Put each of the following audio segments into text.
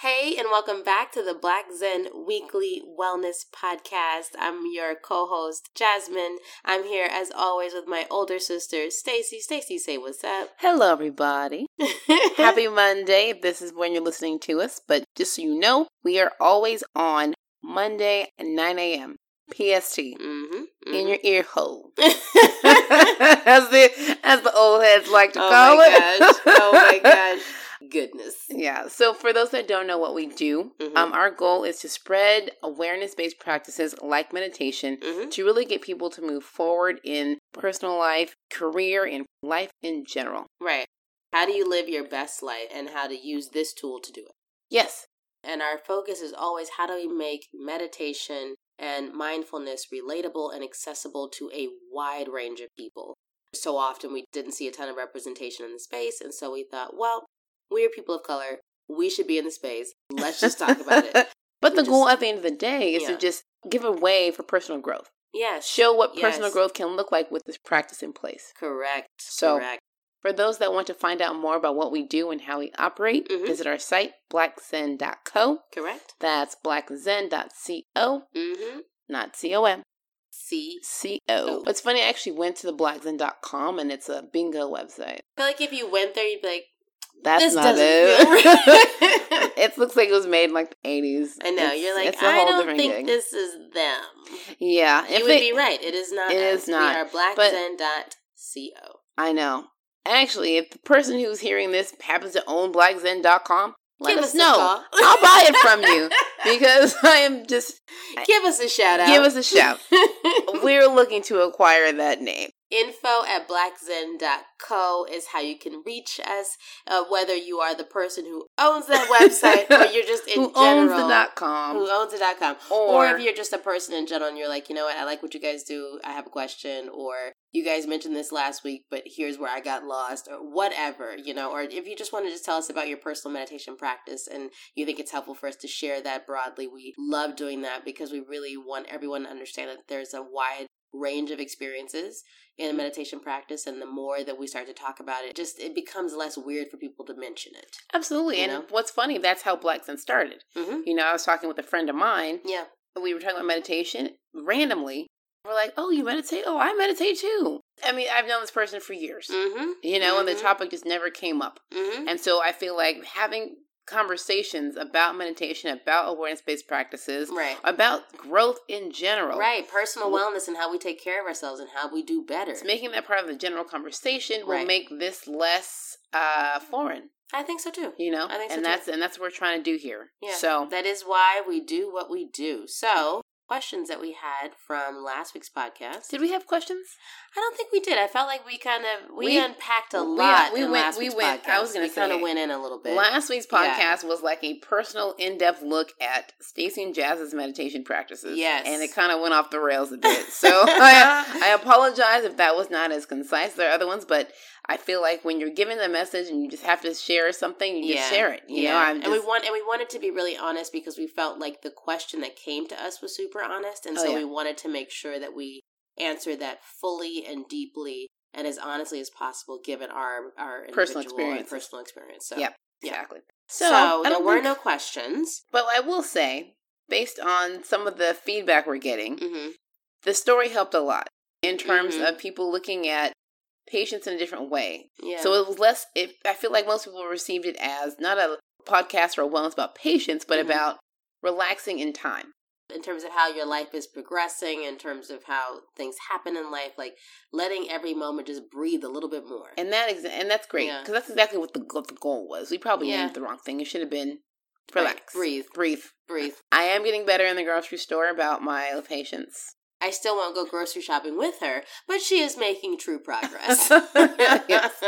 Hey, and welcome back to the Black Zen Weekly Wellness Podcast. I'm your co-host Jasmine. I'm here as always with my older sister Stacy. Stacy, say what's up. Hello, everybody. Happy Monday. if This is when you're listening to us, but just so you know, we are always on Monday at 9 a.m. PST hmm in your ear hole. Mm-hmm. as the as the old heads like to oh call my it. gosh! Oh my gosh! Goodness. Yeah. So for those that don't know what we do, Mhm. um, our goal is to spread awareness-based practices like meditation hmm to really get people to move forward in personal life, career, and life in general. Right. How do you live your best life, and how to use this tool to do it? Yes. And our focus is always how do we make meditation and mindfulness relatable and accessible to a wide range of people. So often we didn't see a ton of representation in the space, and so we thought, well, we're people of color. We should be in the space. Let's just talk about it. But the We goal just- at the end of the day is Yeah. to just give a way for personal growth. Yes. Show what personal Yes. growth can look like with this practice in place. Correct. So- correct. For those that want to find out more about what we do and how we operate, Mhm. visit our site, blackzen.co. Correct. That's blackzen.co, Mm-hmm. not C-O-M, See, Oh. C-O. It's funny, I actually went to the blackzen.com and it's a bingo website. I feel like if you went there, you'd be like, That's This not doesn't it. feel right. it looks like it was made in like the 80s. I know. It's- You're like, it's a I whole don't different think gig. this is them. Yeah. if you would it- be right. It is not. it us. is not, We are but- blackzen.co. I know. Actually, if the person who's hearing this happens to own blackzen.com, let Give us us a know. call. I'll buy it from you because I am just Give us a shout out. give us a shout. We're looking to acquire that name. Info at blackzen.co is how you can reach us, uh, whether you are the person who owns that website or you're just in Who owns general. the dot com? who owns the dot com. Or, or, if you're just a person in general and you're like, you know what, I like what you guys do. I have a question. Or you guys mentioned this last week, but here's where I got lost, or whatever, you know. Or if you just want to just tell us about your personal meditation practice and you think it's helpful for us to share that broadly, we love doing that because we really want everyone to understand that there's a wide range of experiences in a meditation practice and the more that we start to talk about it just it becomes less weird for people to mention it absolutely. you and know. what's funny, that's how Blackzen started. mm-hmm. You know, I was talking with a friend of mine. yeah and We were talking about meditation randomly. We're like, "Oh, you meditate? Oh, I meditate too." I mean, I've known this person for years. mm-hmm You know, and Mhm. the topic just never came up. mm-hmm And so I feel like having conversations about meditation, about awareness based practices, right about growth in general. Right, personal Wh- wellness and how we take care of ourselves and how we do better. It's making that part of the general conversation will Right. make this less uh foreign, I think so too. you know? I think so and too. that's and that's what we're trying to do here. Yeah. So That is why we do what we do. So, questions that we had from last week's podcast. did we have questions? I don't think we did. I felt like we kind of we, We- unpacked a we- lot we in went- last we week's went- podcast. I was gonna we kind of say- went in a little bit. Last week's podcast Yeah. was like a personal, in depth look at Stacey and Jazz's meditation practices. Yes. And it kind of went off the rails a bit. So I, I apologize if that was not as concise as the other ones, but I feel like when you're given the message and you just have to share something, you just share it. You know, I'm just, and we want and we wanted to be really honest because we felt like the question that came to us was super honest, and Oh, so yeah. we wanted to make sure that we answer that fully and deeply and as honestly as possible, given our our individual Personal and experiences. personal experience. So, Yep. yeah. exactly. so, I there don't were think- no questions. But I will say, based on some of the feedback we're getting, hmm the story helped a lot in terms Mhm. of people looking at patients in a different way. Yeah. So it was less. It, I feel like most people received it as not a podcast or a wellness about patience, but Mhm. about relaxing in time. in terms of how your life is progressing, in terms of how things happen in life, like letting every moment just breathe a little bit more. And that exa- and that's great Yeah. because that's exactly what the, what the goal was. We probably Yeah. named the wrong thing. It should have been Right. relax, breathe, breathe. breathe. I am getting better in the grocery store about my patients. I still won't go grocery shopping with her, but she is making true progress. Yes.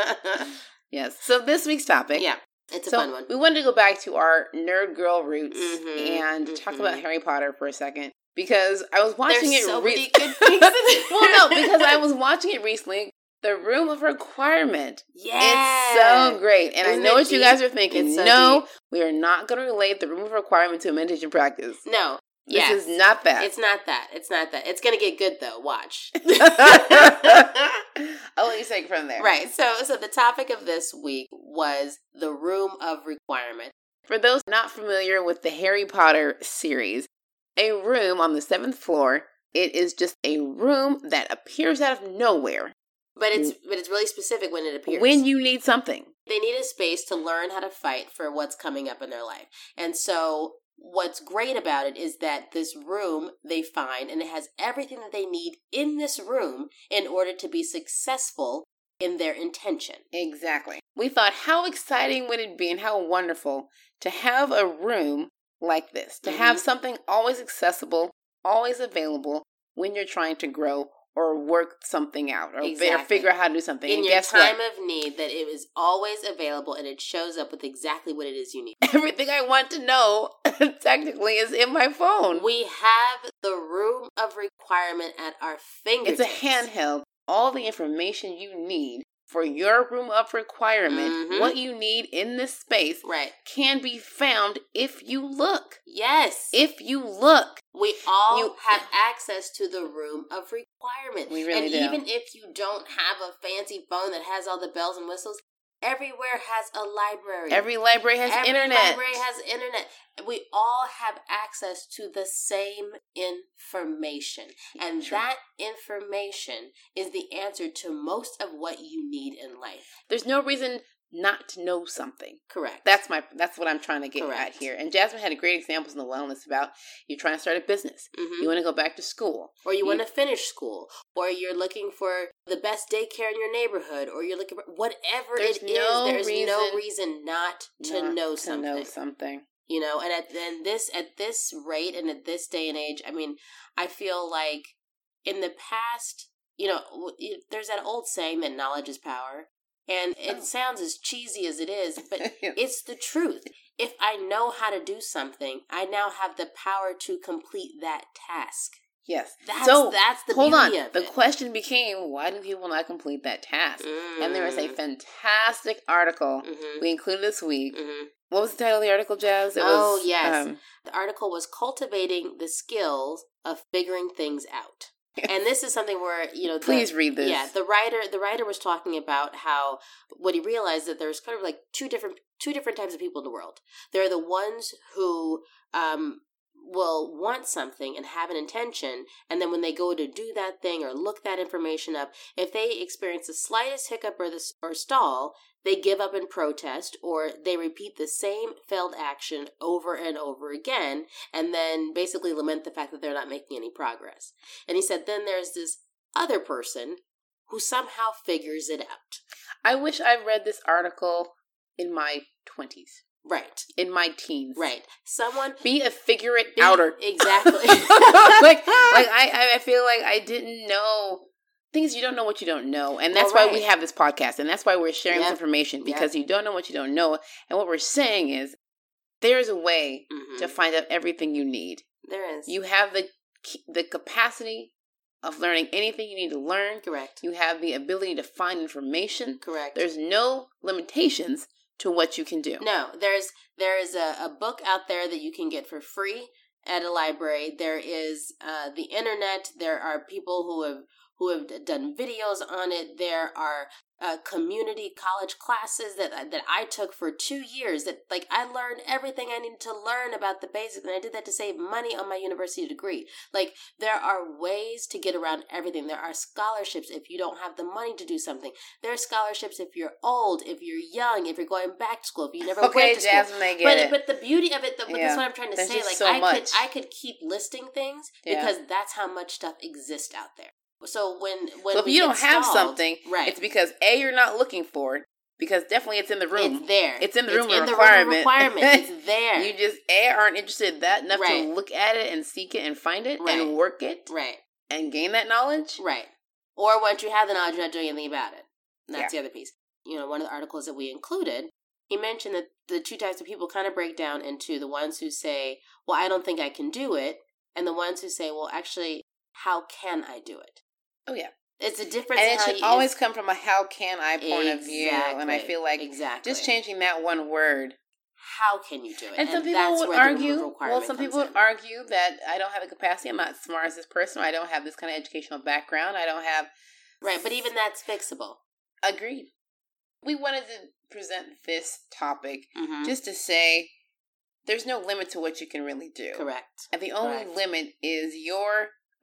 Yes. So this week's topic. yeah, it's a so fun one. We wanted to go back to our nerd girl roots Mhm, and talk mhm. about Harry Potter for a second because I was watching There's it. so re- many good things. in there. well, no, because I was watching it recently. The Room of Requirement. It's yeah, so great, and Isn't I know it what you guys are thinking. It's so no, we are not going to relate the Room of Requirement to a meditation practice. no, yes, This is not that. it's not that. It's not that. It's gonna get good though. Watch. I'll let you take it from there. Right. So so the topic of this week was the room of requirement. For those not familiar with the Harry Potter series, a room on the seventh floor, it is just a room that appears out of nowhere. But it's but it's really specific when it appears. Mm. When you need something. they need a space to learn how to fight for what's coming up in their life. And so what's great about it is that this room they find and it has everything that they need in this room in order to be successful in their intention. Exactly. We thought how exciting would it be and how wonderful to have a room like this, to have Mm-hmm. something always accessible, always available when you're trying to grow or work something out or, fi- or Exactly. figure out how to do something. In and your guess time what? of need, that it is always available and it shows up with exactly what it is you need. Everything I want to know technically is in my phone. We have the room of requirement at our fingertips. It's a handheld. All the information you need for your room of requirement, Mhm. what you need in this space, Right. can be found if you look. Yes. If you look. We all You- have access to the room of requirement. We really and do. even if you don't have a fancy phone that has all the bells and whistles, everywhere has a library. Every library has Every internet. library has internet. We all have access to the same information. And True. that information is the answer to most of what you need in life. There's no reason not to know something. Correct. That's my that's what I'm trying to get Correct. at here. And Jasmine had great examples in the wellness about you're trying to start a business. Mhm. You want to go back to school. or you You- want to finish school, or you're looking for the best daycare in your neighborhood, or you're looking for whatever There's it is. no There's no reason reason not to Not know something. To know something. You know, and at and this at this rate and at this day and age, I mean, I feel like in the past, you know, w- you- there's that old saying that knowledge is power, and it Oh. sounds as cheesy as it is, but it's the truth. If I know how to do something, I now have the power to complete that task. yes. That's So, that's the Hold on. beauty of The it. question became why do people not complete that task? Mm. And there was a fantastic article Mhm, we included this week. mhm. What was the title of the article, Jazz? It Oh, was, yes. um, The article was cultivating the skills of figuring things out, and this is something where you know the, please read this. Yeah, the writer the writer was talking about how what he realized that there's kind of like two different two different types of people in the world. There are the ones who um will want something and have an intention and then when they go to do that thing or look that information up if they experience the slightest hiccup or this or stall they give up and protest or they repeat the same failed action over and over again and then basically lament the fact that they're not making any progress and he said then there's this other person who somehow figures it out. I wish I read this article in my 20s, Right, in my teens. right. Someone Be a figure it outer. exactly. like, like I, I- I feel like I didn't know things you don't know what you don't know. And that's Well, why we right. have this podcast. And that's why we're sharing Yep. this information Yep. because you don't know what you don't know. And what we're saying is there's a way Mhm. to find out everything you need. There is You have the ca- the capacity of learning anything you need to learn. correct, You have the ability to find information. correct. There's no limitations to what you can do. no, there's there is a, a book out there that you can get for free at a library. There is uh, the internet. There are people who have who have d- done videos on it. There are uh, community college classes that uh, that I took for two years. That like I learned everything I needed to learn about the basics, and I did that to save money on my university degree. Like there are ways to get around everything. There are scholarships if you don't have the money to do something. There are scholarships if you're old, if you're young, if you're going back to school, if you never went to school I but but the beauty of it, the, but Yeah. that's what I'm trying to There's say. just Like so I much. could I could keep listing things Yeah. because that's how much stuff exists out there. So when when so if we you get don't have stalled- something, right, it's because a you're not looking for it because definitely it's in the room. it's there. It's in the room of the requirement. requirement. It's there. You just a aren't interested that enough Right. to look at it and seek it and find it Right. and work it right, and gain that knowledge. right. Or once you have the knowledge, you're not doing anything about it. And that's the other piece. You know, one of the articles that we included, he mentioned that the two types of people kind of break down into the ones who say, "Well, I don't think I can do it," and the ones who say, "Well, actually, how can I do it?" Oh yeah, It's a difference. in and it how should you- always come from a how can I point of view, and I Exactly. feel like exactly just changing that one word How can you do it? And, some people that's would where the removal argue. Well, requirement some comes people would in. argue that I don't have the capacity. I'm not as smart as this person. I don't have this kind of educational background. I don't have. right, but even that's fixable. Agreed. We wanted to present this topic Mm-hmm. just to say there's no limit to what you can really do. Correct. And the only Correct. limit is your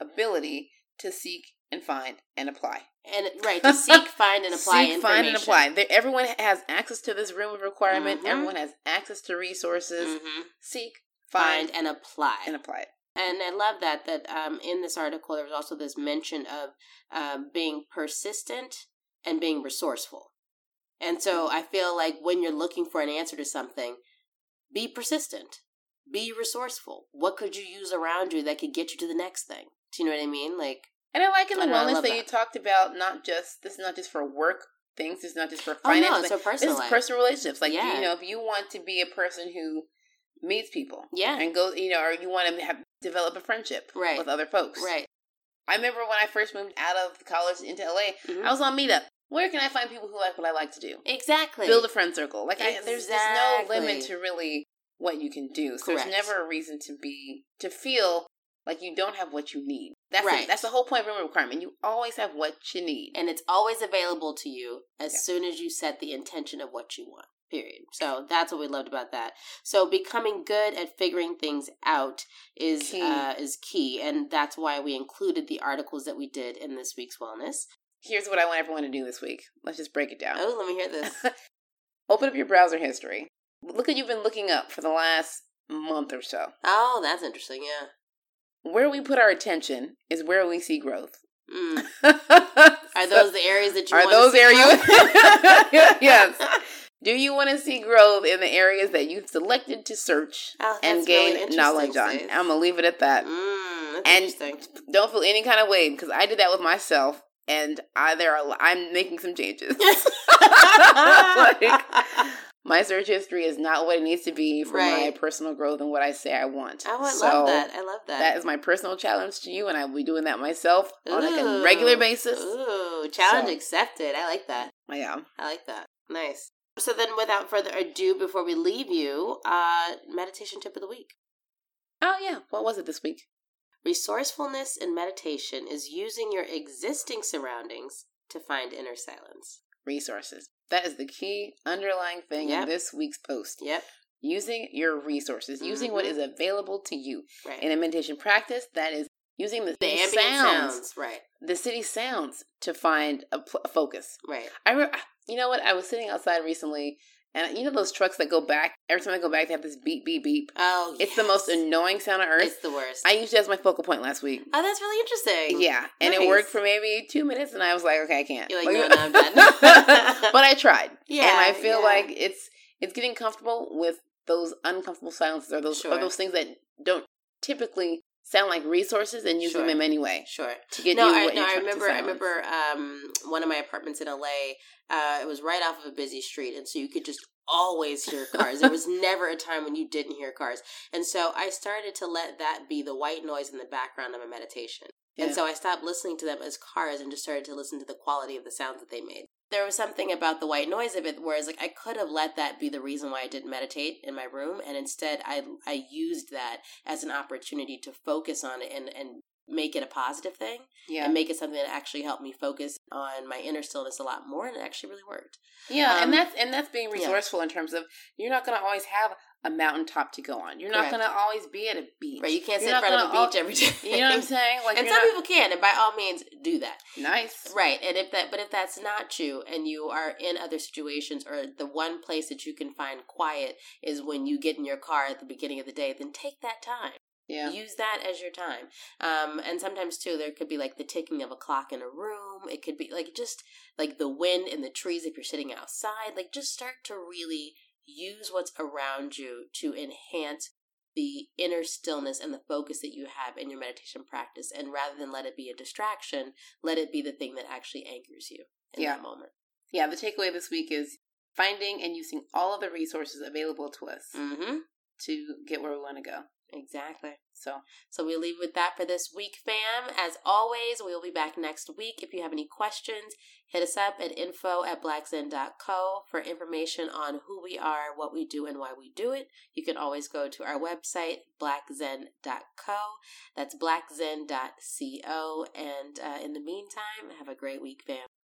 ability to seek and find and apply. And right to seek, find, and apply seek, information. find, and apply. There, everyone has access to this room of requirement. Mhm. Everyone has access to resources. Mhm. Seek, Find, find, and apply. and apply it. And I love that that um, in this article there was also this mention of um, being persistent and being resourceful. And so I feel like when you're looking for an answer to something, be persistent, be resourceful. What could you use around you that could get you to the next thing? Do you know what I mean? Like And I like in the I know, I wellness love that, you that. talked about not just this is not just for work things, it's not just for oh finance. no, things. it's so this personal. is life. personal relationships. Like Yeah. you know, if you want to be a person who meets people yeah, and goes, you know, or you want to have develop a friendship Right. with other folks. right. I remember when I first moved out of college into LA, Mhm. I was on Meetup. Where can I find people who like what I like to do? Exactly. Build a friend circle. Like I, there's there's no Exactly. limit to really what you can do. So Correct. there's never a reason to be to feel like you don't have what you need. That's Right. the, that's the whole point of room requirement. You always have what you need. and it's always available to you as Yeah. soon as you set the intention of what you want period so that's what we loved about that so becoming good at figuring things out is Key. Uh, is key and that's why we included the articles that we did in this week's wellness Here's what I want everyone to do this week. Let's just break it down. oh let me hear this Open up your browser history. Look at you've been looking up for the last month or so. oh that's interesting yeah Where we put our attention is where we see growth. mm. are Are those the areas that you are wanna those see Oh, areas? growth? yes. Do you want to see growth in the areas that you've selected to search Oh, that's and really gain interesting, knowledge on? sis. I'm gonna leave it at that. mm, that's And- interesting Don't feel any kind of way because I did that with myself, and I there are I'm making some changes. Like, my search history is not what it needs to be for my Right. personal growth and what I say I want. i would So, love that i love that That is my personal challenge to you, and I will be doing that myself on like a Ooh. regular basis. Ooh, challenge So- accepted. I like that. I am. I like that. Nice. So then, without further ado, before we leave you, uh, meditation tip of the week. Oh yeah, what was it this week? Resourcefulness in meditation is using your existing surroundings to find inner silence. Resources. That is the key underlying thing Yep. in this week's post. Yep. Using your resources, using what Mhm. is available to you Right. in a meditation practice. That is using the, the city ambient sounds, sounds. Right. the city sounds, to find a, pl- a focus. Right. I re- you know what? I was sitting outside recently, and you know those trucks that go back. Every time I go back, they have this beep, beep, beep. Oh, It's the most yes. annoying sound on earth. It's the worst. I used it as my focal point last week. oh, that's really interesting. Yeah, and Nice. it worked for maybe two minutes, and I was like, okay, I can't. You're like, no, no, I'm done. but I tried, Yeah. and I feel yeah. like it's it's getting comfortable with those uncomfortable silences or those Sure. or those things that don't typically sound like resources and use Sure. them in any way sure. to get no, you. I, what no, you're I trying to remember. I silence. remember um, one of my apartments in LA. Uh, it was right off of a busy street, and so you could just always hear cars. there was never a time when you didn't hear cars, and so I started to let that be the white noise in the background of my meditation. And Yeah. so I stopped listening to them as cars and just started to listen to the quality of the sounds that they made. There was something about the white noise of it, whereas like I could have let that be the reason why I didn't meditate in my room, and instead I I used that as an opportunity to focus on it and and make it a positive thing yeah, and make it something that actually helped me focus on my inner stillness a lot more and it actually really worked yeah, um, and that's and that's being yeah. resourceful in terms of you're not going to always have a mountaintop to go on. You're not Correct. going to always be at a beach. right you can't sit You're in not front of a gonna beach every day You know what I'm saying? Like, and you're some not- people can and by all means do that nice. right and if that but if that's not you and you are in other situations or the one place that you can find quiet is when you get in your car at the beginning of the day then take that time Yeah. use that as your time um and sometimes too there could be like the ticking of a clock in a room it could be like just like the wind and the trees if you're sitting outside like just start to really use what's around you to enhance the inner stillness and the focus that you have in your meditation practice and rather than let it be a distraction let it be the thing that actually anchors you in Yeah. that moment Yeah, the takeaway this week is finding and using all of the resources available to us mm-hmm to get where we want to go. exactly So, So we leave with that for this week, fam. As always, we will be back next week. If you have any questions, hit us up at info at blackzen.co for information on who we are, what we do, and why we do it. You can always go to our website, blackzen.co. That's blackzen.co. And uh, in the meantime, have a great week, fam.